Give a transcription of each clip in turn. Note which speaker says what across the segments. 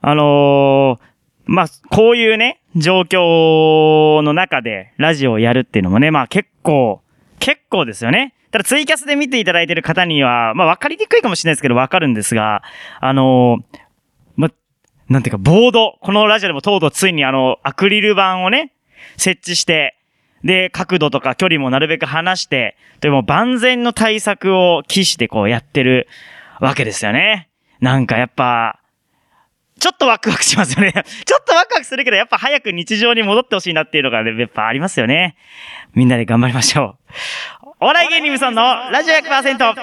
Speaker 1: あのーまあ、こういうね、状況の中でラジオをやるっていうのもね、まあ結構、結構ですよね。ただツイキャスで見ていただいてる方には、まあ分かりにくいかもしれないですけど、分かるんですが、あのーま、なんていうか、ボード。このラジオでもとうとうついにあの、アクリル板をね、設置して、で、角度とか距離もなるべく離して、でもう万全の対策を期してこうやってるわけですよね。なんかやっぱ、ちょっとワクワクしますよね。 ちょっとワクワクするけど、やっぱ早く日常に戻ってほしいなっていうのがね、やっぱありますよね。みんなで頑張りましょう。お笑い芸人無尊のラジオ 100%!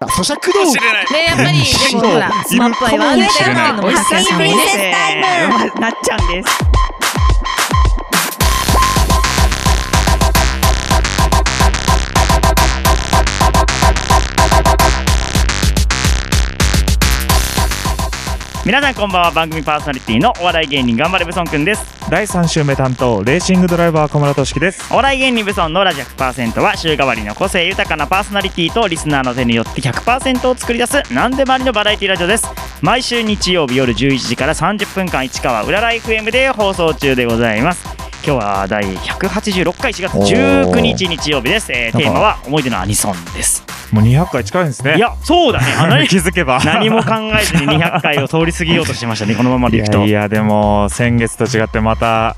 Speaker 2: 咀嚼道具
Speaker 3: ね、や っぱり、でもほら、スマップは言わないけど、
Speaker 4: お久しぶりですタイムなっちゃんです。
Speaker 1: 皆さんこんばんは、番組パーソナリティのお笑い芸人頑張れブソンくんです。
Speaker 5: 第3週目担当レーシングドライバー小村俊樹です
Speaker 1: お笑い芸人ブソンのラジオ100%は週替わりの個性豊かなパーソナリティとリスナーの手によって100%を作り出す何でもありのバラエティラジオです。毎週日曜日夜11時から30分間市川うらら FM で放送中でございます。今日は第186回4月19日日曜日です。えーテーマは思い出のアニソンです。
Speaker 5: もう200回近いんですね
Speaker 1: いや、そうだね。あ 何
Speaker 5: 気づけば
Speaker 1: 何も考えずに200回を通り過ぎようとしてましたね、このまま
Speaker 5: い
Speaker 1: でいくと。
Speaker 5: やいやでも先月と違ってまた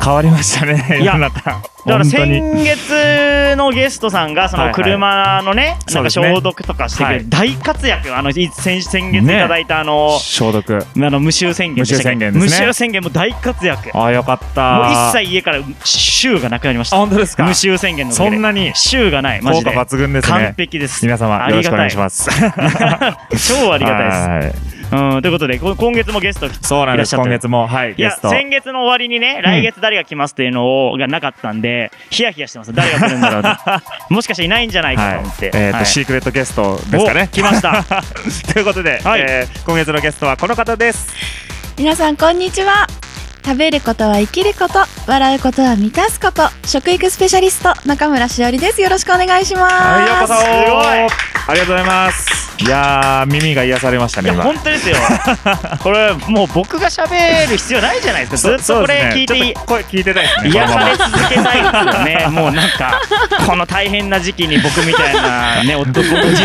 Speaker 5: 変わりましたね
Speaker 1: いや
Speaker 5: 世の中
Speaker 1: だから
Speaker 5: 本当
Speaker 1: 先
Speaker 5: に
Speaker 1: 月のゲストさんがそ
Speaker 5: はい
Speaker 1: の
Speaker 5: はい
Speaker 1: 車のね、なんか消
Speaker 5: そうですね
Speaker 1: 毒とかしてくれ
Speaker 5: は
Speaker 1: る
Speaker 5: い
Speaker 1: 大活躍よ、あのい先先月いただいたあの,、
Speaker 5: 消毒
Speaker 1: あの無臭宣言でしたっけ
Speaker 5: 無臭宣言ですね
Speaker 1: 無臭宣言も大活躍もう
Speaker 5: ああよかった
Speaker 1: 一切家から臭がなくなりまし
Speaker 5: あ
Speaker 1: た
Speaker 5: 本当ですか
Speaker 1: 無臭宣言のおか
Speaker 5: そ
Speaker 1: げで
Speaker 5: んなに
Speaker 1: 臭がないマ
Speaker 5: 効
Speaker 1: ジ
Speaker 5: 果
Speaker 1: で
Speaker 5: 抜群です
Speaker 1: 完
Speaker 5: ね
Speaker 1: 璧です
Speaker 5: 皆様よろしくお願いします
Speaker 1: す 超あ
Speaker 5: あ
Speaker 1: りがたいです
Speaker 5: いです
Speaker 1: うん、ということでこ今月もゲスト来て
Speaker 5: そうなんです
Speaker 1: いらっしゃっ
Speaker 5: 今
Speaker 1: てる
Speaker 5: 月もはい
Speaker 1: い
Speaker 5: ゲ
Speaker 1: や
Speaker 5: スト
Speaker 1: 先月の終わりにね来月誰が来ますっていうのをがなかったんでヒヤヒヤしてます誰が来るんだろう ともしかしていないんじゃないかと思って、
Speaker 5: はい、えっ、と、
Speaker 1: はい
Speaker 5: シークレットゲストですかね
Speaker 1: お来ました
Speaker 5: ということで、
Speaker 1: はい
Speaker 5: えー今月のゲストはこの方です
Speaker 3: 皆さん、こんにちは。食べることは生きること、笑うことは満たすこと、食育スペシャリスト、中村しおりです。よろしくお願いします。
Speaker 5: はいようこそ
Speaker 1: すごい
Speaker 5: ありがとうございますいやー耳が癒されました
Speaker 1: い
Speaker 5: ね
Speaker 1: や
Speaker 5: 今
Speaker 1: 本当 ですよこれもう僕が喋る必要ないじゃないですかずっとこれ聞いてい
Speaker 5: そうですねちょっと声聞いてたいですね
Speaker 1: 癒
Speaker 5: この
Speaker 1: さ
Speaker 5: ま
Speaker 1: れ
Speaker 5: ま
Speaker 1: 続けたいですよね もうなんかこの大変な時期に僕みたいな ねおおじ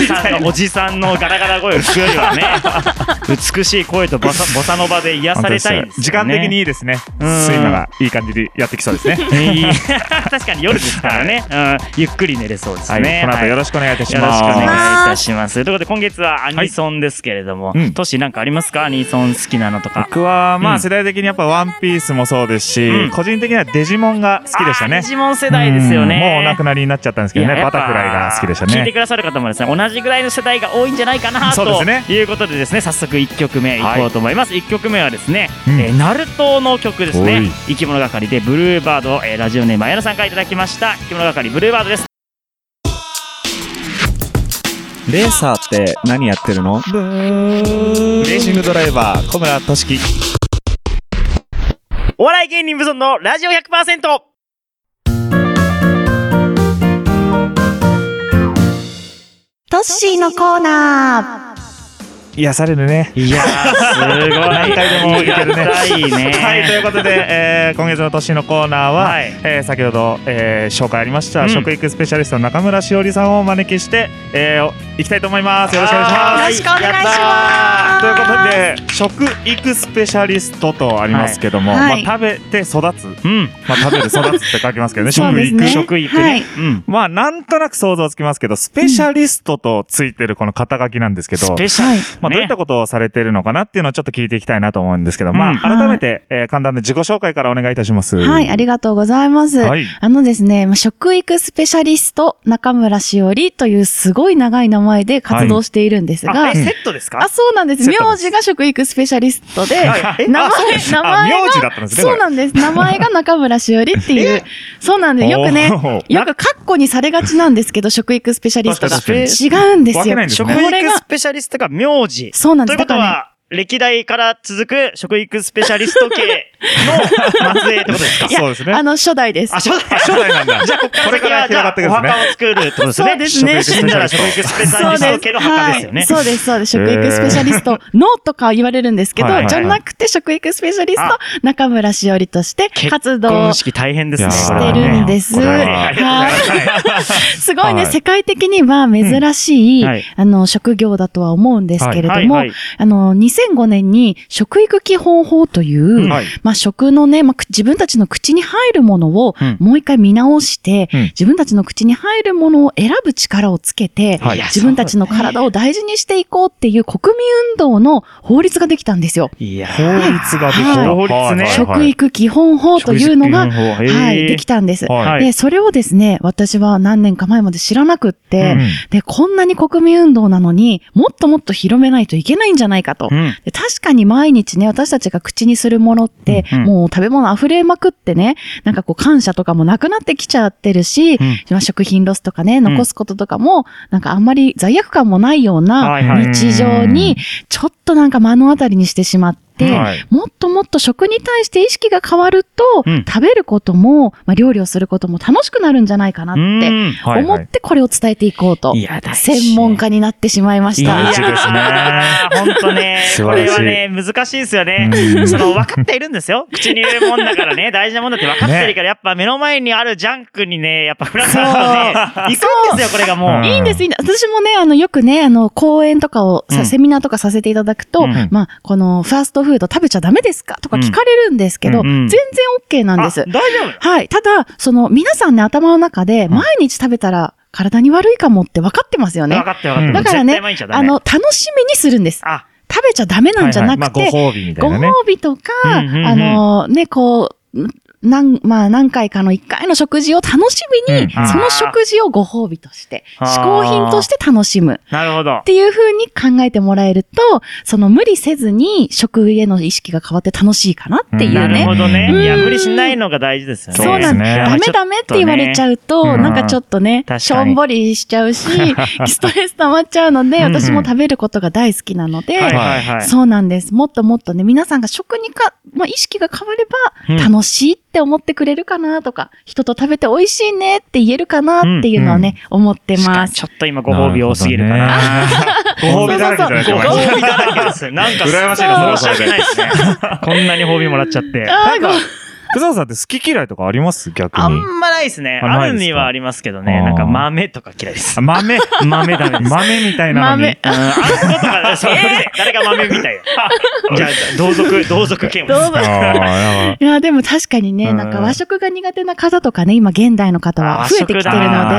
Speaker 1: さんのおじさんのガラガラ声を聞くよりは ね美しい声とボサボサの場で癒されたいんですよね
Speaker 5: 時間的にいいですね
Speaker 1: うん
Speaker 5: 睡魔がいい感じでやってきそうですね
Speaker 1: いい 確かに夜ですからね、うん、ゆっくり寝れそうです
Speaker 5: はい、
Speaker 1: ね。
Speaker 5: この後
Speaker 1: はい
Speaker 5: よ
Speaker 1: よ
Speaker 5: ろしくお願いいたし
Speaker 1: ろ
Speaker 5: ま
Speaker 1: し
Speaker 5: す
Speaker 1: くお願いいたします。ということで今月はアニソンですけれども、
Speaker 5: はいうん
Speaker 1: トシなんかありますかアニソン好きなのとか。
Speaker 5: 僕はま
Speaker 1: うん
Speaker 5: あ世代的にやっぱワンピースもそうですし、
Speaker 1: うん
Speaker 5: 個人的にはデジモンが好きでした
Speaker 1: あ
Speaker 5: ね
Speaker 1: ーデジモン世代ですよね。
Speaker 5: うんもうお亡く
Speaker 1: な
Speaker 5: なりになっちゃったんですけどねバタフライが好きでした
Speaker 1: 聞いて
Speaker 5: ね
Speaker 1: くださる方もですね、同じぐらいの世代が多いんじゃないかな
Speaker 5: そうですね
Speaker 1: ということでですね、早速一曲目いこうと思います。一曲目はですね、
Speaker 5: うん
Speaker 1: えーナルトの曲です
Speaker 5: お
Speaker 1: ね
Speaker 5: い。
Speaker 1: 生き物係でブルーバード、えーラジオネームあやなさんからいただきました。生き物係ブルーバードです。
Speaker 2: レーサーって何やってるのレーシングドライバー小村俊樹
Speaker 1: お笑い芸人無尊のラジオ100%。
Speaker 4: トッシーのコーナー。
Speaker 5: 癒されるね
Speaker 1: いやー、すごい。
Speaker 5: 何回でもいけるね
Speaker 1: ありがたいね。
Speaker 5: はい、ということで、えー今月の年のコーナーは、
Speaker 1: はい
Speaker 5: えー先ほど、えー紹介ありました、
Speaker 1: うん
Speaker 5: 食育スペシャリストの中村しおりさんをお招きして、えいきたいと思います。よろしくお願いし
Speaker 1: は
Speaker 5: ま
Speaker 1: い
Speaker 5: す。
Speaker 3: よろしくお願いします
Speaker 1: やっ
Speaker 5: ということで、食育スペシャリストとありますけども、
Speaker 3: はい
Speaker 5: まあ、食べて育つ、
Speaker 1: たーうん。
Speaker 5: まあ、食べて育つって書きますけどね、
Speaker 3: そう
Speaker 5: 食
Speaker 3: です
Speaker 5: 育。
Speaker 3: ね
Speaker 1: 食育ね。
Speaker 3: はい
Speaker 1: うん。
Speaker 5: まあ、なんとなく想像つきますけど、スペシャリストとついてるこの肩書きなんですけど、
Speaker 1: スペシャ
Speaker 3: は
Speaker 1: ル。
Speaker 3: い。
Speaker 5: まあ、
Speaker 1: ね
Speaker 5: どういったことをされてるのかなっていうのをちょっと聞いていきたいなと思うんですけど、
Speaker 1: うん
Speaker 5: まあ、改めて、えー簡単な自己紹介からお願いいたします。
Speaker 3: はい、ありがとうございます。
Speaker 5: はい
Speaker 3: あのですね、まあ食育スペシャリスト、中村しおりというすごい長い名前で活動しているんですが、
Speaker 1: あ、え
Speaker 5: うん
Speaker 1: セットですか
Speaker 3: あ、そうなんです。
Speaker 5: セット
Speaker 3: 名
Speaker 5: です
Speaker 3: 字が食育スペシャリストで、
Speaker 5: え
Speaker 3: 名前
Speaker 5: あそうです
Speaker 3: 名前が
Speaker 5: あ名字だったんですね。こ
Speaker 3: そ
Speaker 5: れ
Speaker 3: うなんです。名前が中村しおりっていう。そうなんです。よくね、
Speaker 5: おー
Speaker 3: よくカッコにされがちなんですけど、食育スペシャリストが。
Speaker 5: 確か
Speaker 1: に
Speaker 3: 違うんです
Speaker 5: 分け
Speaker 3: よ
Speaker 5: ない。んです
Speaker 1: 食
Speaker 5: ね
Speaker 3: これ
Speaker 1: 育
Speaker 3: が
Speaker 1: スペシャリストが名字。
Speaker 3: そうなん
Speaker 1: と
Speaker 3: で
Speaker 1: いう
Speaker 3: す。
Speaker 1: こ
Speaker 3: だ
Speaker 1: と
Speaker 3: からね、
Speaker 1: は、歴代から続く食育スペシャリスト系の末裔ってことですか
Speaker 5: そうですね。
Speaker 3: あの、初代です
Speaker 1: あ、。初代。
Speaker 5: 初代なんだ。
Speaker 1: じゃあ、こっから
Speaker 5: これ
Speaker 1: 先
Speaker 5: から
Speaker 1: は、じ
Speaker 5: 広が
Speaker 1: ゃ
Speaker 5: ってい
Speaker 1: あ、
Speaker 5: く
Speaker 1: お
Speaker 5: んで
Speaker 1: 墓を作るってことですね。
Speaker 3: そうですね
Speaker 1: 死んだら食育スペシャリスト系の墓ですよね。
Speaker 3: そうです、そうです。食育スペシャリスト、のとか言われるんですけど
Speaker 1: はいはい、
Speaker 3: じゃなくて食育スペシャリス
Speaker 1: あ
Speaker 3: ト、中村しおりとして活
Speaker 1: 結
Speaker 3: 動
Speaker 1: 婚式大変ですね。
Speaker 5: いやー
Speaker 3: してるんです。
Speaker 5: これは
Speaker 1: あ
Speaker 3: は
Speaker 1: りがとうございます
Speaker 3: い。すごいね、
Speaker 5: はい
Speaker 3: 世界的には珍しい、
Speaker 1: うんはい
Speaker 3: あの、職業だとは思うんですけれども、
Speaker 1: はいはい
Speaker 3: あの、2005年に食育基本法という、
Speaker 1: うん
Speaker 5: はい。
Speaker 3: まあ、食のね、まあ、く自分たちの口に入るものを
Speaker 1: うん
Speaker 3: もう一回見直して、
Speaker 5: うん
Speaker 3: 自分たちの口に入るものを選ぶ力をつけて、
Speaker 5: はい
Speaker 3: 自分たちの体を大事にしていこうっていう国民運動の法律ができたんですよ。
Speaker 1: いや
Speaker 5: 法律ができた。
Speaker 3: はい
Speaker 1: 法律ね
Speaker 5: はいはい
Speaker 3: 食育基本法というのが、はい、でき
Speaker 1: た。
Speaker 3: たんです。
Speaker 5: はい。
Speaker 1: い
Speaker 3: で、それをですね、私は何年か前まで知らなくって、
Speaker 5: うん
Speaker 3: で、こんなに国民運動なのに、もっともっと広めないといけないんじゃないかと
Speaker 1: う。ん。
Speaker 3: で確かに毎日ね、私たちが口にするものって、
Speaker 1: うんうん
Speaker 3: もう食べ物溢れまくってね、なんかこう感謝とかもなくなってきちゃってるし、
Speaker 1: うん
Speaker 3: まあ食品ロスとかね、残すこととかも、なんかあんまり罪悪感もないような
Speaker 1: はいはい
Speaker 3: 日常に、ちょっとなんか目の当たりにしてしまって、
Speaker 5: はい
Speaker 3: もっともっと食に対して意識が変わると、
Speaker 1: うん
Speaker 3: 食べることも、まあ、料理をすることも楽しくなるんじゃないかな
Speaker 1: う
Speaker 3: って
Speaker 1: ん。
Speaker 5: はい
Speaker 3: 思ってこれを伝えていこうと。
Speaker 1: いや、大事
Speaker 3: 専門家になってしまいまし
Speaker 1: いや
Speaker 3: た。
Speaker 5: いいですね
Speaker 1: ー本当ね、
Speaker 2: 素
Speaker 1: こ
Speaker 2: 晴
Speaker 1: れ
Speaker 2: らしい
Speaker 1: はね、難しいですよね
Speaker 5: う。ん
Speaker 1: その、分かっているんですよ。口に入れるもんだからね、大事なもんだって分かってるから、やっぱ目の前にあるジャンクにね、やっぱフランスはね、行くんですよ、これがもう。
Speaker 5: うん
Speaker 3: いいんです、いいんです。私もね、あの、よくね、あの、講演とかをさ、
Speaker 1: うん
Speaker 3: セミナーとかさせていただくと、
Speaker 1: うん
Speaker 3: まあ、この、ファーストフード食べちゃダメですかとか聞かれるんですけど、
Speaker 1: うんうん
Speaker 3: 全然 OK なんです
Speaker 1: あ。大丈夫
Speaker 3: はい。ただ、その、皆さんね、頭の中で、毎日食べたら体に悪いかもって分かってますよ
Speaker 1: 分
Speaker 3: ね。
Speaker 1: かってる分かってる。
Speaker 3: だからね
Speaker 1: 絶対毎日はダ
Speaker 3: あ
Speaker 1: メ
Speaker 3: の、、楽しみにするんです。
Speaker 1: あ、
Speaker 3: 食べちゃダメなんじゃな
Speaker 5: まあ
Speaker 3: くて、
Speaker 5: ご褒美みたい
Speaker 3: ご
Speaker 5: なね。
Speaker 3: 褒美とか、
Speaker 1: うんうんうん
Speaker 3: あの、ね、こう、なん、まあ何回かの一回の食事を楽しみに、
Speaker 5: うん
Speaker 1: うん
Speaker 3: その食事をご褒美として、
Speaker 1: あー
Speaker 3: 嗜好品として楽しむ。
Speaker 1: なるほど
Speaker 3: っ。ていう風に考えてもらえると、その無理せずに食への意識が変わって楽しいかなっていう
Speaker 1: なる
Speaker 3: ね。
Speaker 1: ほどね。
Speaker 5: うん
Speaker 1: いや、無理しないのが大事ですよね。
Speaker 3: そうな
Speaker 5: そ
Speaker 3: ん
Speaker 5: うですね
Speaker 3: ダメダメって言われちゃうと、
Speaker 5: うん
Speaker 3: なんかちょっとね
Speaker 1: 確か、に
Speaker 3: しょんぼりしちゃうし、 ストレス溜まっちゃうので、
Speaker 1: うんうん
Speaker 3: 私も食べることが大好きなので、
Speaker 1: はいはいはい。
Speaker 3: そうなんです。もっともっとね、皆さんが食にか、まあ、意識が変われ
Speaker 1: うん
Speaker 3: ば、楽しいって思ってくれるかなとか、人と食べて美味しいねって言えるかなっていうのはね、思ってます。
Speaker 1: ちょっと今ご褒美多すぎるかな。
Speaker 5: なるほ どね。ご褒美だらけじゃないです
Speaker 1: ご
Speaker 5: か。
Speaker 1: 褒美だらけです。なんか、
Speaker 5: 羨ましい
Speaker 1: な、
Speaker 5: な
Speaker 1: 申し訳ないですね。 こんなに褒美もらっちゃって。
Speaker 3: あーご
Speaker 5: 福沢さんって好き嫌いとかあります逆
Speaker 1: あ
Speaker 5: に。
Speaker 1: んまないですね。
Speaker 5: あな
Speaker 1: あ
Speaker 5: いですか
Speaker 1: るにはありますけどね。
Speaker 5: あー
Speaker 1: なんか豆とか嫌いです。
Speaker 5: あ豆。豆 だね。豆みたいなのに
Speaker 3: 豆。
Speaker 1: うん、あんことか、そう、うる せえ誰が豆みたいよ。 じゃあ、同族、同族嫌悪です
Speaker 3: 動物いや、でも確かにね、なんか和食が苦手な方とかね、今現代の方は増えてきてるの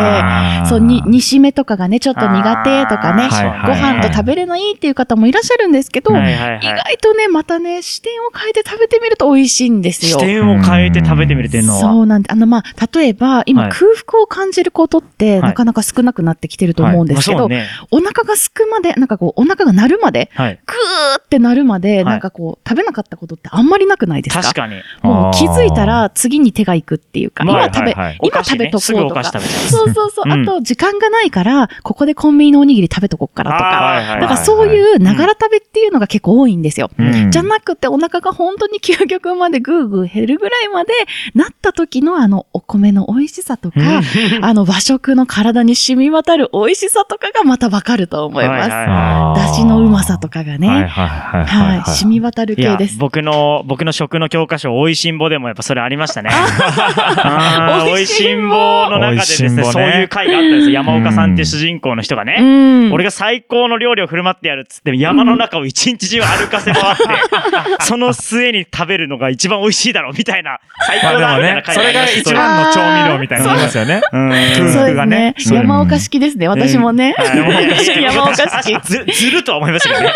Speaker 3: で、そう、に、煮しめとかがね、ちょっと苦手とかね、
Speaker 5: あーはい
Speaker 3: ご飯と食べれないっていう方もいらっしゃるんですけど、
Speaker 1: はいはい
Speaker 3: 意
Speaker 1: はい。
Speaker 3: 外とね、またね、視点を変えて食べてみると美味しいんです
Speaker 1: 視
Speaker 3: よ。
Speaker 1: 点を変えて食べてみるっていうのは。
Speaker 3: そうなんで、あの、まあ、例えば、今、
Speaker 1: はい
Speaker 3: 空腹を感じることって、
Speaker 1: い
Speaker 3: なかなか少なくなってきてると思うんですけど、
Speaker 1: まあそうね。
Speaker 3: お腹がすくまで、なんかこう、お腹が鳴るまで、
Speaker 1: はい。
Speaker 3: グーって鳴るまで、
Speaker 1: い
Speaker 3: なんかこう、食べなかったことってあんまりなくないですか
Speaker 1: 確かに。
Speaker 3: もう気づいたら、次に手が行くっていうか、
Speaker 1: まあ
Speaker 3: 今食
Speaker 5: は
Speaker 3: べ、
Speaker 5: いはい
Speaker 1: お
Speaker 3: 今
Speaker 1: 菓子
Speaker 3: 食
Speaker 1: ね
Speaker 3: べとこ
Speaker 1: すぐ
Speaker 3: う
Speaker 1: お
Speaker 3: と
Speaker 1: 菓
Speaker 3: か。
Speaker 1: 子食べちゃいます。
Speaker 3: そうそうそう。
Speaker 1: うん
Speaker 3: あと、時間がないから、ここでコンビニのおにぎり食べとこうかなと
Speaker 1: あ
Speaker 3: か。
Speaker 1: ーはいはいはい
Speaker 3: なんかそういう、ながら食べっていうのが結構多いんですよ。
Speaker 5: うん
Speaker 3: じゃなくて、お腹が本当に究極までぐーぐー減るぐらいまでなった時のあの、お米の美味しさとか、あの、和食の体に染み渡る美味しさとかがまたわかると思います。
Speaker 1: はい
Speaker 5: あー
Speaker 3: だしのうまさとかがね、
Speaker 5: は
Speaker 3: はいい、
Speaker 5: はいはいはいはい。
Speaker 3: 染み渡る
Speaker 1: い
Speaker 3: 系
Speaker 1: や
Speaker 3: です、。
Speaker 1: 僕の、僕の食の教科書、美味しんぼでもやっぱそれありましたね。あー美
Speaker 3: 美
Speaker 1: 味
Speaker 3: 味
Speaker 1: し
Speaker 3: し
Speaker 1: ん
Speaker 3: ん
Speaker 1: ぼ
Speaker 3: ぼ
Speaker 1: の中でです
Speaker 5: 美
Speaker 1: ね、
Speaker 5: 味しんぼね
Speaker 1: そういう回があったんですよ。山岡さんっていう主人公の人が
Speaker 3: う
Speaker 1: ね。
Speaker 3: ん。
Speaker 1: 俺が最高の料理を振る舞ってやるっつって、山の中を一日中歩かせ回 って、その末に食べるのが一番美味しいだろ、みたいな。最
Speaker 5: ま
Speaker 1: 高だ、
Speaker 5: あ
Speaker 1: みたい
Speaker 5: で
Speaker 1: な
Speaker 5: もね、
Speaker 1: 回
Speaker 5: それ
Speaker 1: あ
Speaker 5: が
Speaker 1: りまし
Speaker 5: 一
Speaker 1: た
Speaker 5: 番の調味料みたいなの言いますよね。
Speaker 1: うん
Speaker 3: そ
Speaker 5: 空
Speaker 3: うで
Speaker 5: 腹
Speaker 3: す
Speaker 5: がね
Speaker 3: ね。。山岡式ですね。私もね。
Speaker 1: はい
Speaker 3: 山岡式。
Speaker 1: ず、ずるとは思いましたけどね。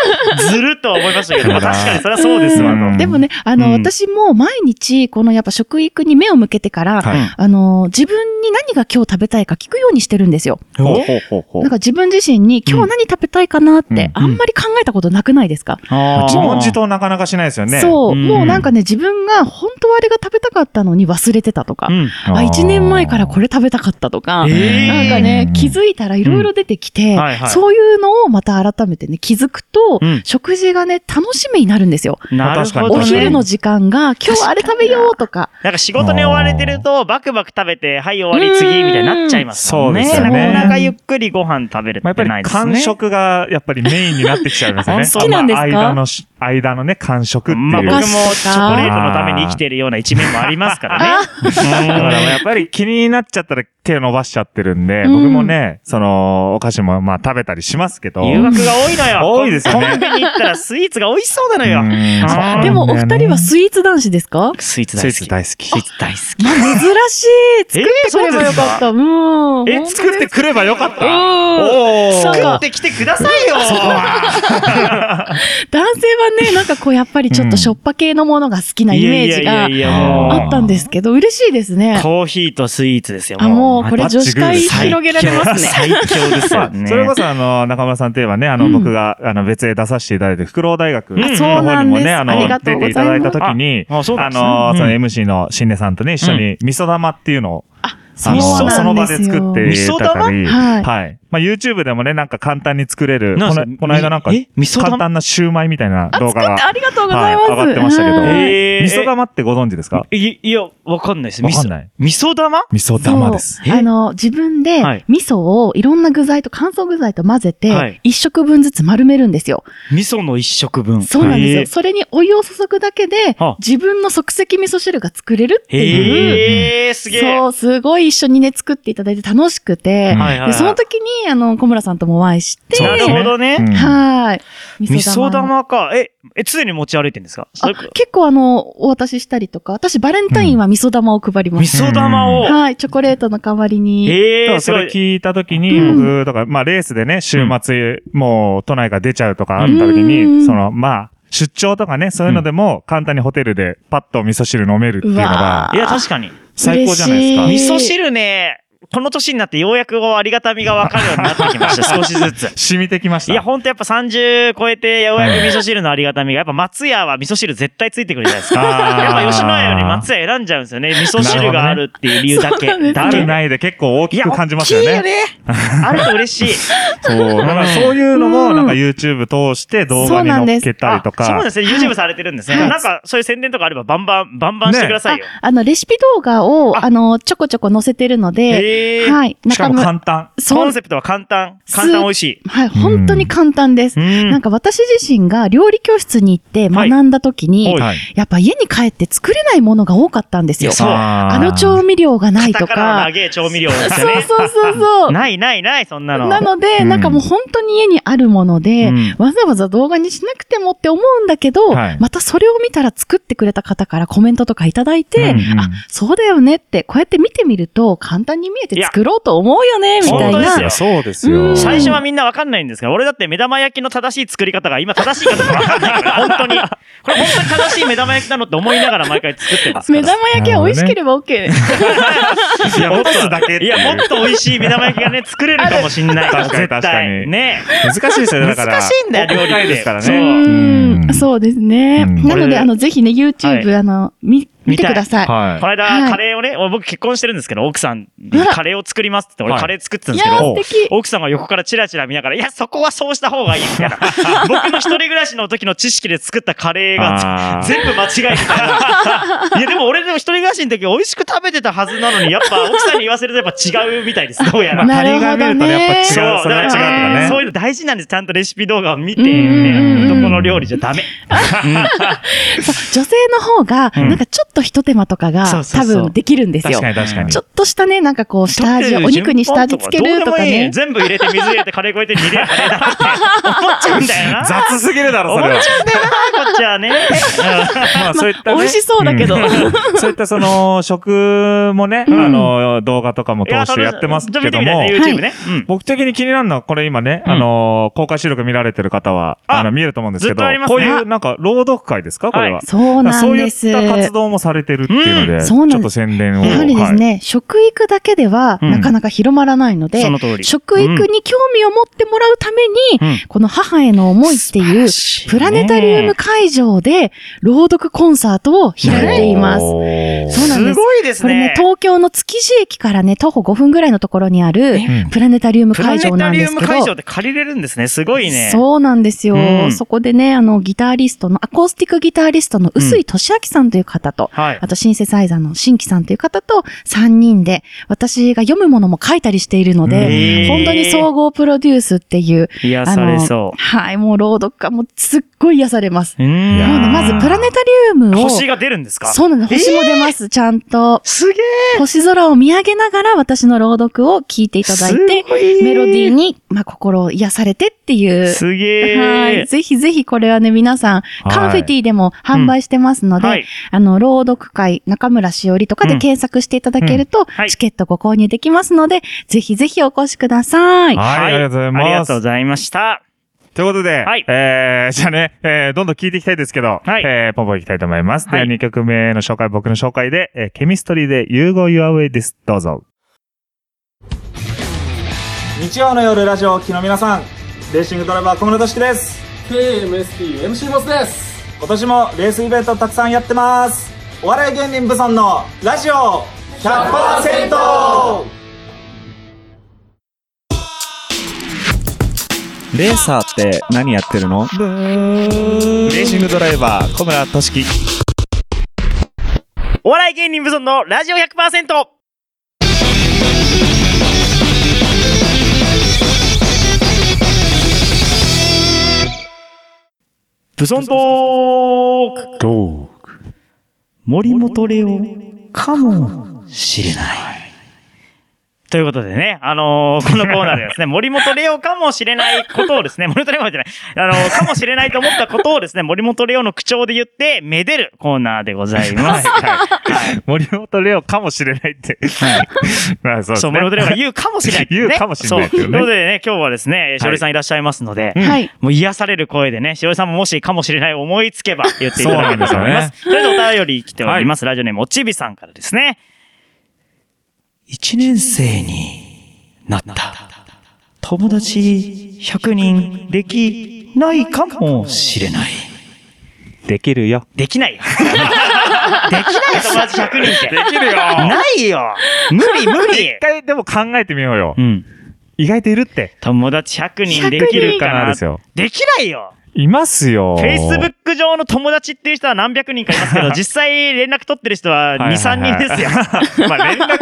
Speaker 1: ずるとは思いましたけど、まあ確かにそれはそうですわ、と。
Speaker 5: うん
Speaker 3: でもね、あの、
Speaker 1: うん
Speaker 3: 私も毎日、このやっぱ食育に目を向けてから、
Speaker 5: はい
Speaker 3: あの、自分に何が今日食べたいか聞くようにしてるんですよ。
Speaker 5: ほうほうほうほう
Speaker 3: なんか自分自身に今日何食べたいかなっ
Speaker 5: うんう
Speaker 3: て
Speaker 5: ん、
Speaker 3: あんまり考えたことなくないですか、
Speaker 1: あー
Speaker 5: 自問自答なかなかしないですよね。
Speaker 3: そう、
Speaker 1: うん
Speaker 3: もうなんかね、自分が本当はあれがが食べたかったのに忘れてたとか
Speaker 1: う、ん。
Speaker 5: あ
Speaker 3: あ、
Speaker 5: ー
Speaker 3: 1年前からこれ食べたかったとか、
Speaker 1: え
Speaker 3: なんかね、気づいたらいろいろ出てき
Speaker 1: う
Speaker 3: て、
Speaker 1: んはいはい
Speaker 3: そういうのをまた改めてね、気づくと、
Speaker 1: うん
Speaker 3: 食事がね、楽しみになるんですよ。
Speaker 1: なるほど、ね。
Speaker 3: お昼の時間が、今日あれ食べようとか、
Speaker 1: なんか仕事に追われてると、バクバク食べて、はい、終わり、次、みたいになっちゃいますもんね。
Speaker 5: うんそうですよ
Speaker 1: な
Speaker 5: ね
Speaker 1: んかお腹ゆっくりご飯食べる
Speaker 5: まあ、や
Speaker 1: っ
Speaker 5: っぱ
Speaker 1: てな
Speaker 5: り
Speaker 1: いですね。
Speaker 5: 間食がやっぱりメインになってきちゃいますよね。
Speaker 1: 好き
Speaker 3: なんですか
Speaker 5: まあ間のし、間のね、間食っていう。
Speaker 1: まあ僕も
Speaker 3: お菓
Speaker 1: チ
Speaker 3: 子
Speaker 1: ョコレートのために生きてるような一面もありますから ね。
Speaker 5: だからやっぱり気になっちゃったら手を伸ばしちゃってるんで、
Speaker 3: うん
Speaker 5: 僕もね、その、お菓子もまあ食べたりしますけど。
Speaker 1: 誘惑が多いのよ。
Speaker 5: 多いですよね
Speaker 1: コンビニ行ったらスイーツが美味しそうなのよ。
Speaker 5: うん
Speaker 1: あ
Speaker 5: そう
Speaker 1: ー
Speaker 3: でもお二人は
Speaker 5: ス
Speaker 3: スイーツ男子ですか
Speaker 1: スイーツ
Speaker 5: イ
Speaker 1: 大
Speaker 5: ー
Speaker 1: 好
Speaker 5: ツ
Speaker 1: き。
Speaker 5: 大
Speaker 1: スイ
Speaker 5: 好き。
Speaker 1: ーツ大好き。
Speaker 3: まあ、珍しい作ってくればよかった。う
Speaker 1: え
Speaker 3: ん。本当です
Speaker 1: 作ってくればよかった
Speaker 3: うん。なん
Speaker 1: 作
Speaker 3: か
Speaker 1: ってきてくださいよ
Speaker 3: 男性はね、なんかこう、やっぱりちょっとしょっぱ系のものが好きなイメージが
Speaker 1: いやいやいやいやもう
Speaker 3: あったんですけど、嬉しいですね。
Speaker 1: コーヒーとスイーツですよ。
Speaker 3: あ、もうこれ
Speaker 5: バッチ
Speaker 3: 女子会
Speaker 5: グー
Speaker 3: 広げられますね。
Speaker 1: 最強です よね。
Speaker 5: それこそあの、中村さんといえばね、あの、僕が、あの、別へ出させていただいて、袋大学の
Speaker 1: あ
Speaker 5: 方
Speaker 3: そうな
Speaker 5: に
Speaker 3: ん
Speaker 5: も
Speaker 3: です
Speaker 5: ね、あ
Speaker 3: あり
Speaker 5: の
Speaker 3: が、と
Speaker 5: 出
Speaker 3: うござ
Speaker 5: て
Speaker 3: います
Speaker 5: いただいた時に、
Speaker 1: ああそうな
Speaker 5: あ
Speaker 1: んですね
Speaker 5: の、
Speaker 1: うん
Speaker 5: その MC の新根さんとね、一緒に、味噌玉っていうのを、あの、
Speaker 1: そう
Speaker 5: そ
Speaker 3: な
Speaker 5: の
Speaker 3: ん
Speaker 5: 場
Speaker 3: です
Speaker 5: で
Speaker 3: よ
Speaker 5: 作っていただ
Speaker 1: 味
Speaker 5: り、
Speaker 1: 噌
Speaker 3: 玉はい
Speaker 5: はい。まあ、YouTube でもね、なんか簡単に作れる、こ
Speaker 1: なんす
Speaker 5: の
Speaker 1: か
Speaker 5: この間なんか
Speaker 1: え、味噌玉
Speaker 5: 簡単なシューマイみたいな
Speaker 3: あ、
Speaker 5: 動
Speaker 3: 作
Speaker 5: 画
Speaker 3: って
Speaker 5: が、
Speaker 3: ありがとうございます。
Speaker 5: はい上がってましたけど、
Speaker 3: うん
Speaker 1: えー
Speaker 5: 味噌玉ってご存知ですか
Speaker 1: いいや、わかんないです。味噌
Speaker 5: わかんない。
Speaker 1: 味噌玉
Speaker 5: 味噌玉です。
Speaker 3: そう
Speaker 1: え
Speaker 3: あの、自分
Speaker 1: はい
Speaker 3: で、味噌をいろんな具材と乾燥具材と混ぜ
Speaker 1: はい
Speaker 3: て、一食分ずつ丸めるんですよ。
Speaker 1: 味噌の一食分。
Speaker 3: そうなんです
Speaker 1: へ
Speaker 3: よ。それにお湯を注ぐだけで
Speaker 1: はあ、
Speaker 3: 自分の即席味噌汁が作れるっていう。
Speaker 1: え。へえ、すげえ。
Speaker 3: そう、すごい一緒にね、作っていただいて楽しくて、
Speaker 1: はいはいはい
Speaker 3: でその時に、あの、小村さんともお会いして、
Speaker 5: そう
Speaker 1: な
Speaker 5: です
Speaker 1: る
Speaker 5: ね
Speaker 1: ほどね。
Speaker 5: うん
Speaker 3: はい。
Speaker 1: 味噌
Speaker 3: を
Speaker 1: 玉か。え、え、常に持ち歩いてんですかそ
Speaker 3: あ
Speaker 1: れか
Speaker 3: 結構あの、お渡ししたりとか、私バレンタインは味噌玉を配りま
Speaker 1: 味
Speaker 3: す。
Speaker 1: 噌玉を。
Speaker 3: はい、チョコレートの代わりに。
Speaker 5: だか
Speaker 1: ええ、
Speaker 5: ら
Speaker 1: す
Speaker 5: そ
Speaker 1: ご
Speaker 5: れ
Speaker 1: い。
Speaker 5: 聞いたときに、
Speaker 3: うん
Speaker 5: 僕、だから、まあ、レースでね、週末、もう、都内から出ちゃうとかあったときに、
Speaker 3: うん
Speaker 5: その、まあ、出張とかね、そういうのでも、簡単にホテルで、パッと味噌汁飲めるっていうの
Speaker 3: うわ
Speaker 1: い
Speaker 5: が、
Speaker 1: や、確かに。
Speaker 5: 最高じゃないですか。
Speaker 3: 嬉
Speaker 1: 味
Speaker 3: しい
Speaker 1: 噌汁ね、この年になってようやくこうありがたみがわかるようになってきました。少しずつ。
Speaker 5: 染みてきまし
Speaker 1: い
Speaker 5: た。
Speaker 1: や、ほんとやっぱ30超えて、ようやく味噌汁のありがたみが、やっぱ松屋は味噌汁絶対ついてくるじゃないですか。
Speaker 5: あー
Speaker 1: やっぱ吉野家より松屋選んじゃうんですよね。味噌汁があるっていう理由だけ。
Speaker 3: なるほどね
Speaker 1: だ
Speaker 5: あるないで結構大きく感じますよね。
Speaker 1: あると嬉しい。
Speaker 5: そう。だからそういうのも、なんか YouTube 通して動画に載っけたりと
Speaker 1: あ
Speaker 5: か。
Speaker 1: そうですね。YouTube されてるんですね。なんか、そういう宣伝とかあればバンバン、バンバンしてくださいよ。
Speaker 3: あの、レシピ動画を、
Speaker 1: あ
Speaker 3: あの、ちょこちょこ載せてるので、
Speaker 1: へえ
Speaker 3: はい、
Speaker 5: しかも簡単。
Speaker 1: コ
Speaker 3: そ
Speaker 1: ン
Speaker 3: う、
Speaker 1: セプトは簡単。簡単美味しい。
Speaker 3: はい、本当に簡単です。
Speaker 1: うん
Speaker 3: なんか私自身が料理教室に行って学んだ時に、
Speaker 1: はい
Speaker 5: はい
Speaker 3: やっぱ家に帰って作れないものが多かったんですよ。
Speaker 1: そう
Speaker 3: あの調味料がないと
Speaker 1: カタカナの
Speaker 3: か
Speaker 1: 長。え調味料ですよ
Speaker 3: そう
Speaker 1: ね。
Speaker 3: そうそうそ う。
Speaker 1: ないないない、そんなの。
Speaker 3: なので、
Speaker 5: うん
Speaker 3: なんかもう本当に家にあるもので、
Speaker 5: うん
Speaker 3: わざわざ動画にしなくてもって思うんだけど、
Speaker 5: はい
Speaker 3: またそれを見たら作ってくれた方からコメントとかいただいて、
Speaker 5: うんうん
Speaker 3: あ、そうだよねって、こうやって見てみると簡単に見えて作ろうと思うよね、みた
Speaker 1: 本
Speaker 3: い
Speaker 1: 当です
Speaker 3: な
Speaker 1: よ。
Speaker 5: そうです
Speaker 3: う
Speaker 5: よ。
Speaker 3: ん
Speaker 1: 最初はみんなわかんないんですが、俺だって目玉焼きの正しい作り方が今正しいかどうかわかんない から、本当に。これ本当に正しい目玉焼きなのって思いながら毎回作ってますか
Speaker 3: 目
Speaker 1: ら。
Speaker 3: 玉焼きは美味しければ OK。
Speaker 5: いや、落とすだけって
Speaker 1: い
Speaker 5: い
Speaker 1: や、
Speaker 5: う。
Speaker 1: もっと美味しい目玉焼きがね、作れるかもしんないから、
Speaker 5: 確かに
Speaker 1: 絶
Speaker 5: 確か
Speaker 1: 対。
Speaker 5: に
Speaker 1: ね
Speaker 5: 難しいですよね、だから。
Speaker 1: 難しいんだよ、料理って。
Speaker 5: ですから
Speaker 3: う
Speaker 5: ね。
Speaker 3: ん
Speaker 5: うん
Speaker 3: そうですね。
Speaker 5: うん
Speaker 3: なの
Speaker 1: これ
Speaker 3: で、あの、ぜひね、YouTube、
Speaker 1: は
Speaker 3: あの、見、見てください。
Speaker 5: は
Speaker 1: この間、
Speaker 3: はい
Speaker 1: カレーをね、俺僕結婚してるんですけど、奥さんに
Speaker 3: あら
Speaker 1: カレーを作りますって言って、俺
Speaker 5: はい
Speaker 1: カレー作ってたん
Speaker 3: い
Speaker 1: ですけ
Speaker 3: やー、
Speaker 1: ど、
Speaker 3: 素敵。
Speaker 1: 奥さんが横からチラチラ見ながら、いや、そこはそうした方がいい、みたいな。僕の一人暮らしの時の知識で作ったカレーが
Speaker 5: あー
Speaker 1: 全部間違えてた。いや、でも俺でも一人暮らしの時美味しく食べてたはずなのに、やっぱ奥さんに言わせるとやっぱ違うみたい です、どうや
Speaker 5: ま
Speaker 1: ら
Speaker 5: あ、。カ
Speaker 3: なる
Speaker 5: レ
Speaker 3: ほ
Speaker 5: ー
Speaker 3: どね
Speaker 5: が見るとやっぱ違う、そ
Speaker 1: そう
Speaker 5: れ
Speaker 1: だから
Speaker 5: は違うと
Speaker 1: ね
Speaker 5: かね。
Speaker 1: そういうの大事なんです。ちゃんとレシピ動画を見て、
Speaker 3: うんうんうん
Speaker 1: どこの料理じゃダメ。
Speaker 3: そう、女性の方が、
Speaker 5: うん
Speaker 3: なんかちょっとひと手間とかが
Speaker 1: そうそう
Speaker 3: 多
Speaker 1: そう
Speaker 3: 分できるんですよ
Speaker 5: 確。かに確かに。
Speaker 3: ちょっとしたね、なんかこう、下味を、お肉に下味つけるとか
Speaker 1: どうでもいい
Speaker 3: ね。
Speaker 1: 全部入れて水入れてカレーこうやって煮ればカレーだって思っちゃうんだよ な。
Speaker 5: 雑すぎるだろ、
Speaker 1: 思
Speaker 5: それは
Speaker 1: っ。ちゃうんだよな、こっちはね。
Speaker 5: まあ、そういったね。
Speaker 3: 美味しそうだけど
Speaker 5: んそういったその、食もね、あの、動画とかも
Speaker 1: い
Speaker 5: 通してやってますけど
Speaker 1: ちょっ
Speaker 5: も
Speaker 1: と見て、みたいね YouTube ね。うん
Speaker 5: 僕的に気になるのは、これ今ね、あの、公開収録見られてる方は、
Speaker 1: あ
Speaker 5: あの、見えると思うんですけ
Speaker 1: ずっ
Speaker 5: ど
Speaker 1: とありま、す
Speaker 5: こ
Speaker 1: ね
Speaker 5: ういうなんか、朗読会ですかこれ
Speaker 1: は。
Speaker 5: はい
Speaker 3: そうなんです。
Speaker 5: そういった活動もされてるっていうので、
Speaker 1: うん
Speaker 5: ち
Speaker 3: そう
Speaker 5: ょ
Speaker 3: なんです
Speaker 5: っと宣伝を。
Speaker 3: やはりです
Speaker 5: はい
Speaker 3: ね、食育だけでは
Speaker 1: うん
Speaker 3: なかなか広まらないので
Speaker 1: そ、の通り。
Speaker 3: 食育に興味を持ってもらうために、
Speaker 1: うん
Speaker 3: この母への思いっていう、プラネタリウム会場で朗読コンサートを開いています。
Speaker 5: おー
Speaker 3: そうなんで
Speaker 1: す
Speaker 3: す
Speaker 1: ごいです
Speaker 3: これね
Speaker 1: ね、。
Speaker 3: 東京の築地駅からね、徒歩5分ぐらいのところにある
Speaker 5: うん
Speaker 3: プラネタリウム
Speaker 1: プラ
Speaker 3: 会
Speaker 1: ネ
Speaker 3: 場
Speaker 1: タ
Speaker 3: なん
Speaker 1: リ
Speaker 3: で
Speaker 1: ウ
Speaker 3: す
Speaker 1: ム
Speaker 3: けど。
Speaker 1: 会場で借りれるんですね。すごいね。
Speaker 3: そうなんですよ、
Speaker 1: うん
Speaker 3: そこでね、あの、ギタリストの、アコースティックギタリストの臼井俊明さんという方と、
Speaker 1: はい。
Speaker 3: あとシンセサイザーの新規さんという方と3人で、私が読むものも書いたりしているので、
Speaker 1: へー
Speaker 3: 本当に総合プロデュースっていう、
Speaker 1: 癒されそ
Speaker 3: はい、もう朗読がもうすっごい癒されます。
Speaker 1: う。うーん
Speaker 5: いや
Speaker 3: もうね、
Speaker 5: ー
Speaker 3: まずプラネタリウムを、
Speaker 1: 星が出るんですか
Speaker 3: そうなんです。星も出ます、ちゃんと。
Speaker 1: すげ
Speaker 3: 星空を見上げながら私の朗読を聞いていただいて、メロディーに、まあ、心を癒されてっていう。
Speaker 1: えす
Speaker 3: は
Speaker 1: げ
Speaker 3: い。
Speaker 1: え
Speaker 3: ぜひぜひこれはね、皆さん、カンフェティでも販売してますので、
Speaker 1: はい。
Speaker 3: あの、朗読会、中村しおりとかで
Speaker 1: うん
Speaker 3: 検索していただけると、
Speaker 1: はい
Speaker 3: チケットご購入できますので、ぜひぜひお越しください。
Speaker 5: はい、ありがとうござい
Speaker 1: ありが
Speaker 5: ま
Speaker 1: とうご
Speaker 5: す。
Speaker 1: ざいました。
Speaker 5: ということで、
Speaker 1: はい
Speaker 5: えー、じゃあね、えー、どんどん聞いていきたいですけど、
Speaker 1: はい
Speaker 5: えー、ポンポンいきたいと思います。
Speaker 1: はい
Speaker 5: では2曲目の紹介、僕の紹介で、えー、ケミストリーで You Go Your Way です。どうぞ。
Speaker 6: 日曜の夜ラジオをお聞きの皆さんレーシングドライバー小室俊樹です
Speaker 7: KMSPMC ボスです
Speaker 6: 今年もレースイベントたくさんやってますお笑い芸人ブソンのラジオ 100%!
Speaker 2: レーサーって何やってるのレーシングドライバー、小村俊樹。
Speaker 1: お笑い芸人無尊のラジオ 100%! ブソントーク森本レオかもしれない。ということでね、あのーこのコーナーではですね、森本レオかもしれないことをですね、森本レオかもしれない、あのーかもしれないと思ったことをですね、森本レオの口調で言って、めでるコーナーでございます。
Speaker 5: 森本レオかもしれないって。はい。まあ、そうですね。
Speaker 1: そう、森本レオが 言うかもしれないっていうね、
Speaker 5: 言うかもしれないっていう
Speaker 1: そ
Speaker 5: ね
Speaker 1: うということでね、今日はですね、しおりさんいらっしゃいますので、
Speaker 3: はい。
Speaker 1: もう癒される声でね、しおりさんももしかもしれない思いつ けば言っていただければと思います。とりあえずお便り来ております。ラジオネームおちびさんからですね。一年生になった。友達100人できないかもしれない。
Speaker 2: できるよ。
Speaker 1: できないよ。できないよ、友達100人 って。
Speaker 5: できるよ
Speaker 1: ないよ無理無理
Speaker 5: 一回でも考えてみようよ。
Speaker 1: うん。
Speaker 5: 意外といるって。
Speaker 1: 友達100人できるか
Speaker 5: かな
Speaker 1: な
Speaker 5: ですよ。
Speaker 1: できないよ
Speaker 5: いますよ。
Speaker 1: !Facebook 上の友達っていう人は何百人かいますけ ど、実際連絡取ってる人は2、
Speaker 5: はいはいはい
Speaker 1: 3人ですよ。
Speaker 5: まあ連絡ね、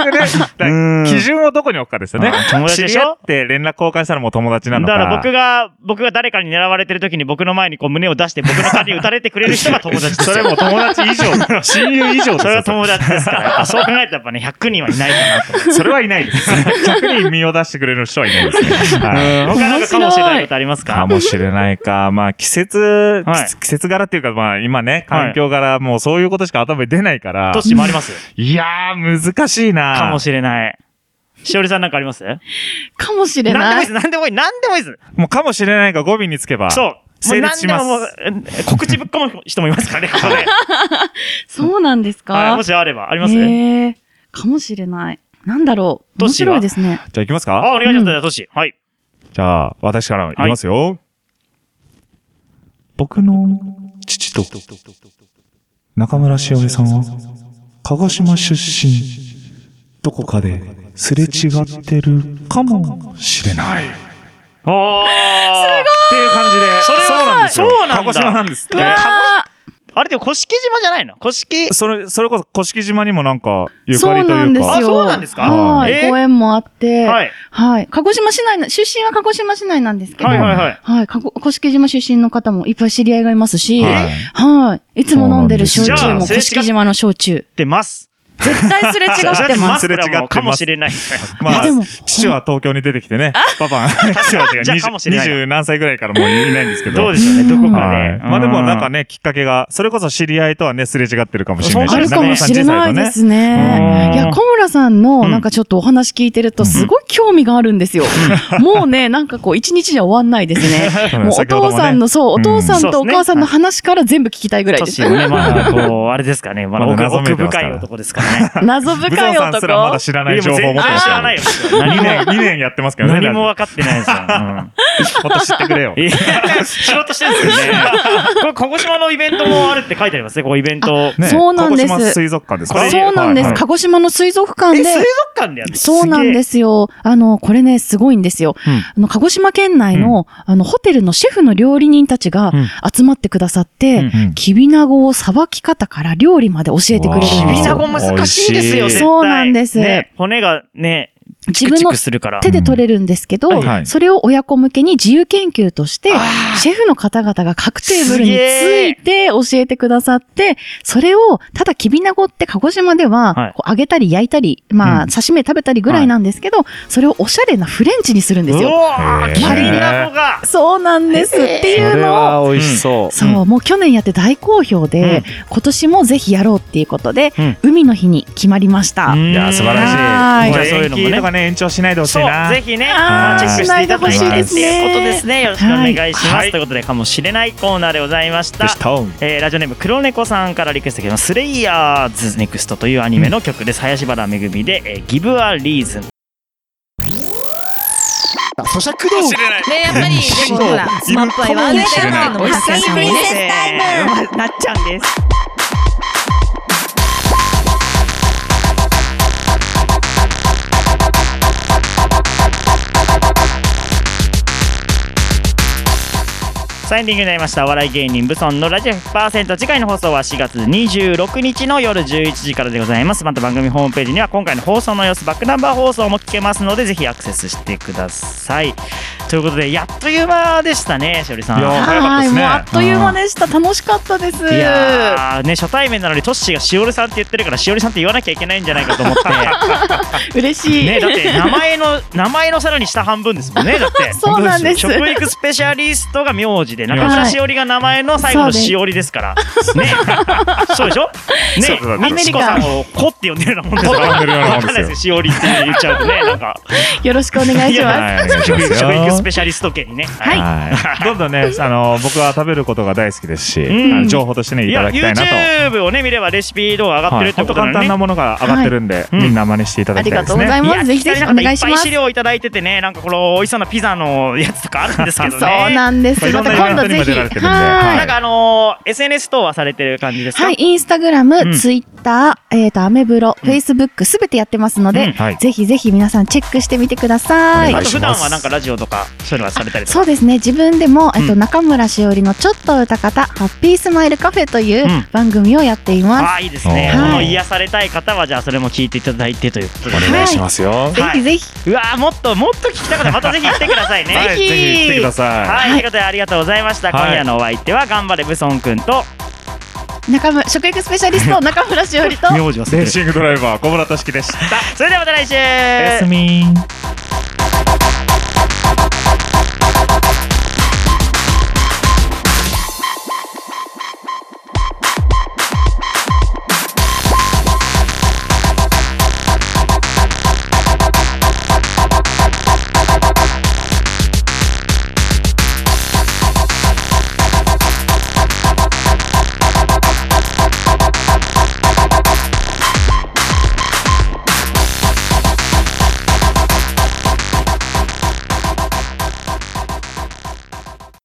Speaker 5: だから基準をどこに置くかですよね
Speaker 1: あ。友達でしょ
Speaker 5: 知り合って連絡交換したらもう友達
Speaker 1: だ
Speaker 5: なの
Speaker 1: か
Speaker 5: か。
Speaker 1: ら 僕が、僕が誰かに狙われてる時に僕の前にこう胸を出して僕の顔に打たれてくれる人が友達です
Speaker 5: そ
Speaker 1: よ。
Speaker 5: れもう友達以上、親友以上です
Speaker 1: それ
Speaker 5: よ
Speaker 1: は。友達ですから。やっぱそう考えたらやっぱね、100人はいないかなと思って。
Speaker 5: それはいない です。100人身を出してくれる人はいないですね。はい
Speaker 1: 他なんかかもしれないことあります
Speaker 5: か
Speaker 1: か
Speaker 5: もしれないか。 まあ、季節、
Speaker 1: はい
Speaker 5: 季季節柄っていうか、まあ、今ね、環境柄、もうそういうことしか頭に出ないから。
Speaker 1: 年もあります
Speaker 5: いやー、難しいな
Speaker 1: かもしれない。しおりさんなんかあります
Speaker 3: かもしれ
Speaker 1: 何でも
Speaker 3: ない
Speaker 1: いです、
Speaker 3: い。
Speaker 1: 何でもいい、何でもいいです。
Speaker 5: もうかもしれないが語尾につけば。
Speaker 1: そう。もう
Speaker 5: 成立します
Speaker 1: 何でももうえ告知ぶっ込む人もいます からね、ここで。
Speaker 3: そうなんですか、
Speaker 1: はい、もしあれば、あります、
Speaker 3: へーかもしれない。なんだろう。
Speaker 1: どう
Speaker 3: 面
Speaker 1: しよう
Speaker 3: 白いですね。
Speaker 5: じゃあ行きます
Speaker 1: あ、
Speaker 5: か
Speaker 1: お願いします、じゃあ、トシ。はい。
Speaker 5: じゃあ、私から言いますよ。僕の父と中村しおりさんは、鹿児島出身、どこかですれ違ってるかもしれない。
Speaker 1: おー。
Speaker 5: っていう感じで。
Speaker 1: それは
Speaker 5: うなんですよ。
Speaker 1: そうなんだ
Speaker 5: 鹿児島なんですって。
Speaker 1: あれでも、甑島じゃないの甑。
Speaker 5: それ、それこそ、甑島にもなんか、ゆ
Speaker 3: そ
Speaker 5: かり
Speaker 3: う
Speaker 5: と
Speaker 3: ないん
Speaker 5: う
Speaker 3: です
Speaker 5: か。
Speaker 3: よ。
Speaker 1: あそうなんですか
Speaker 3: はい、
Speaker 1: えー
Speaker 3: 公演もあって、は。
Speaker 1: はいい。
Speaker 3: 鹿児島市内の、出身は鹿児島市内なんですけど、
Speaker 1: はいはいはい。
Speaker 3: はい。かこ、甑島出身の方もいっぱい知り合いがいますし、
Speaker 5: はい
Speaker 3: はい。いつも飲んでる
Speaker 5: そう
Speaker 3: 焼
Speaker 1: な
Speaker 3: 酎
Speaker 1: んで
Speaker 3: も
Speaker 1: すよ
Speaker 3: 甑島の焼酎。
Speaker 1: 出ます。
Speaker 3: 絶対すれ違ってます。
Speaker 1: それはもうかもしれない。
Speaker 5: まあ
Speaker 3: いやでも、
Speaker 5: 父は東京に出てきてね、パパ、父は
Speaker 1: じゃあかもしれない
Speaker 5: 20何歳ぐらいからもういないんですけど。
Speaker 1: どうでしょうね、どこか
Speaker 5: はい
Speaker 1: で。
Speaker 5: まあでもなんか
Speaker 1: ね、
Speaker 5: ね、きっかけが、それこそ知り合いとはね、すれ違ってるかもしれないし。
Speaker 1: そ
Speaker 3: あ
Speaker 1: う
Speaker 3: るかもしれない
Speaker 5: 中村さん
Speaker 3: で
Speaker 5: 自体
Speaker 3: すね
Speaker 1: う。ん
Speaker 3: いや、小村さん
Speaker 1: う
Speaker 3: の
Speaker 1: ん
Speaker 3: なんかちょっとお話聞いてるとすごい興味があるんですよ。もうね、なんかこう一日じゃ終わんないですね。
Speaker 5: とね
Speaker 3: もうお
Speaker 5: 先ほど
Speaker 3: 父
Speaker 5: ね
Speaker 3: さんの、そう、
Speaker 5: う
Speaker 3: お
Speaker 5: ん
Speaker 3: 父さんとお母さんの話から全部聞きたいぐらいです
Speaker 1: 年。もね、まだこう、あれですかね、まだ
Speaker 5: まだ
Speaker 1: 奥
Speaker 5: 謎めい
Speaker 1: 奥
Speaker 5: てますか
Speaker 1: 深
Speaker 5: ら
Speaker 1: い男ですから ね。
Speaker 3: 謎
Speaker 5: 武
Speaker 3: 深
Speaker 5: 藤
Speaker 3: い
Speaker 5: さんすらまだ
Speaker 3: 男。
Speaker 5: 知らない情報を持って
Speaker 1: いやもう全然
Speaker 5: ます
Speaker 1: 知
Speaker 5: からら
Speaker 1: ない
Speaker 5: ね。
Speaker 1: ですよ。
Speaker 5: 2
Speaker 1: 何
Speaker 5: 年、
Speaker 1: も、
Speaker 5: 2年やっ てますからね。
Speaker 1: 何も
Speaker 5: ラ
Speaker 1: 分かってないですよ。うん
Speaker 5: ジオもっと知って くれよ。
Speaker 1: いや仕事してるんですよね。 これ、鹿児島のイベントもあるって書いてありますね、こう、イベント。
Speaker 5: ね
Speaker 3: そうなんです
Speaker 5: 鹿児島水族館ですか
Speaker 3: そうなんで
Speaker 5: は
Speaker 3: す。
Speaker 5: い
Speaker 3: 鹿児島の水族館
Speaker 1: え、水
Speaker 3: で
Speaker 1: 族。館でやる
Speaker 3: そうなんですすよ。あの、これね、すごいんですよ。
Speaker 5: うん
Speaker 3: あの、鹿児島県内の、あの、ホテルのシェフの料理人たちが
Speaker 5: うん
Speaker 3: 集まってくださって、
Speaker 1: うん
Speaker 5: うん
Speaker 3: キビナゴをさばき方から料理まで教えてくれるんです
Speaker 1: げえ。
Speaker 3: よ。
Speaker 1: キビナゴ難しいです
Speaker 5: 美
Speaker 1: よ、
Speaker 5: 味し
Speaker 1: 絶対
Speaker 5: い
Speaker 3: そうなんです
Speaker 1: ね骨がね、チ
Speaker 3: 自
Speaker 1: ク
Speaker 3: 分
Speaker 1: チ
Speaker 3: の
Speaker 1: クするから。
Speaker 3: 手で取れるんですけど、
Speaker 5: うんはい
Speaker 3: それを親子向けに自由研究として、シェフの方々が各テーブルについて教えてくださって、それを、ただきびなごって鹿児島で
Speaker 1: はい
Speaker 3: は、こう揚げたり焼いたり、まあ、刺身で食べたりぐらいなんですけど、それをおしゃれなフレンチにするんです
Speaker 1: う
Speaker 3: よ。
Speaker 1: わー、キビナゴが。
Speaker 3: そうなんです。っていうのを、
Speaker 5: 美味しそ
Speaker 3: そう、もう去年やって大好評で、今年もぜひやろうっていうことで、
Speaker 1: うん
Speaker 3: 海の日に決まりました。
Speaker 5: いや、素晴
Speaker 3: は
Speaker 5: らし
Speaker 3: ー
Speaker 5: い。
Speaker 3: い
Speaker 5: これ
Speaker 1: じゃあそういうのもね
Speaker 5: 延期とかね、延長しないでほしい
Speaker 1: そう
Speaker 5: な。、
Speaker 1: ぜひね、
Speaker 3: あ
Speaker 5: ー
Speaker 1: チェックしていただい
Speaker 5: しない
Speaker 1: て
Speaker 5: でほしいです
Speaker 1: と
Speaker 3: ね
Speaker 1: いうことですね。よろしくお願いします。
Speaker 5: はい
Speaker 1: ということで、かもしれないコーナーでございました
Speaker 5: で。した。
Speaker 1: えーラジオネーム黒猫さんからリクエストのスレイヤーズネクストというアニメの曲です、林原めぐみで、えー、ギブアリーズン
Speaker 8: ね、やっぱり、でもほら、スマップ愛はあるんだよっていうのも、さすがにね。
Speaker 9: なっちゃんです。
Speaker 1: サインディングになりましたお笑い芸人ブソンのラジオ100%次回の放送は4月26日の夜11時からでございますまた番組ホームページには今回の放送の様子バックナンバー放送も聞けますのでぜひアクセスしてくださいということでやっという間でしたねしおりさん
Speaker 5: いや早かった
Speaker 3: は
Speaker 5: で
Speaker 3: い、
Speaker 5: す
Speaker 3: も
Speaker 5: ね
Speaker 3: うあっという間でした。楽しかったです。
Speaker 1: いやーね初対面なのにトッシーがしおりさんって言ってるからしおりさんって言わなきゃいけないんじゃないかと思って
Speaker 3: 嬉しい。
Speaker 1: ね、だって名前の名前のさらに下半分です もんねだって
Speaker 3: そうなんです
Speaker 1: 食育スペシャリストが名字で中村しおりが名前の最後のしおりですから、 ねそうでしょ
Speaker 5: そう
Speaker 1: ね
Speaker 5: そう
Speaker 1: みちこさんを「こ」って呼んでるようなもんですから
Speaker 5: こって呼んでるようなもん
Speaker 1: わか
Speaker 5: ですよ
Speaker 1: んないですよしおりって言っちゃうとねなんか
Speaker 3: よろしくお願いします。
Speaker 5: はいお願いし
Speaker 1: 食
Speaker 5: ます
Speaker 1: 育
Speaker 5: よ
Speaker 1: スペシャリスト系にねは
Speaker 5: はい。どんどんね、あの、僕は食べることが大好きですし、
Speaker 1: うん
Speaker 5: あの情報としてね、い
Speaker 1: い
Speaker 5: た
Speaker 1: や
Speaker 5: だきたいなと。
Speaker 1: YouTube をね見ればレシピ動画上がってる
Speaker 5: はい
Speaker 1: って
Speaker 5: 本
Speaker 1: こ
Speaker 5: 当
Speaker 1: となの
Speaker 5: 簡単
Speaker 1: ね
Speaker 5: なものが上がってるんで、
Speaker 1: いうん
Speaker 5: みんな真似していただきたいですね。
Speaker 3: ありがとうございますぜひ
Speaker 1: 聞
Speaker 3: ぜ
Speaker 1: き
Speaker 3: ひ
Speaker 1: た
Speaker 3: お願いし
Speaker 1: いっぱ
Speaker 3: ま
Speaker 1: い
Speaker 3: す
Speaker 1: 資料いただいててねなんかこの美味しそうなピザのやつとかあるんですけど
Speaker 3: そ
Speaker 1: ね
Speaker 3: うなんです。
Speaker 5: いろ
Speaker 3: ま
Speaker 5: んな
Speaker 3: た
Speaker 5: イベントに
Speaker 3: 今度ぜ
Speaker 5: も
Speaker 3: ひ。
Speaker 5: 出られてるんではい
Speaker 1: なんかあのー SNS 等はされてる感じですか
Speaker 3: はい、インスタグラム、
Speaker 1: うん
Speaker 3: ツイッター、えっ、と、アメブロ、フェイスブック、すべてやってますので、
Speaker 1: うん
Speaker 5: はい
Speaker 3: ぜひぜひ皆さんチェックしてみてください。
Speaker 1: あと普段はなんかラジオとかそういうのはされたりとか
Speaker 3: そうですね、自分でも、えっ、
Speaker 1: う
Speaker 3: と、中村しおりのちょっと歌方、ハッピースマイルカフェという
Speaker 1: うん
Speaker 3: 番組をやっています。
Speaker 1: ああいいですね、
Speaker 5: はい
Speaker 1: この癒されたい方はじゃあそれも聞いていただいてということで、
Speaker 5: お願いしますよ。は
Speaker 3: ぜひぜひ、
Speaker 1: うわーもっともっと聞きたかったまたぜひ来てくださいね
Speaker 5: い、ぜひ来てくださ
Speaker 1: はい、ということでありがとうございました、
Speaker 5: はい
Speaker 1: 今夜のお相手は頑張れブソンくんと
Speaker 3: 中村、食育スペシャリスト、中村しおりと、
Speaker 1: 名字
Speaker 5: い。レーシングドライバー、小村俊樹でした。
Speaker 1: それではまた来週
Speaker 5: おやすみ。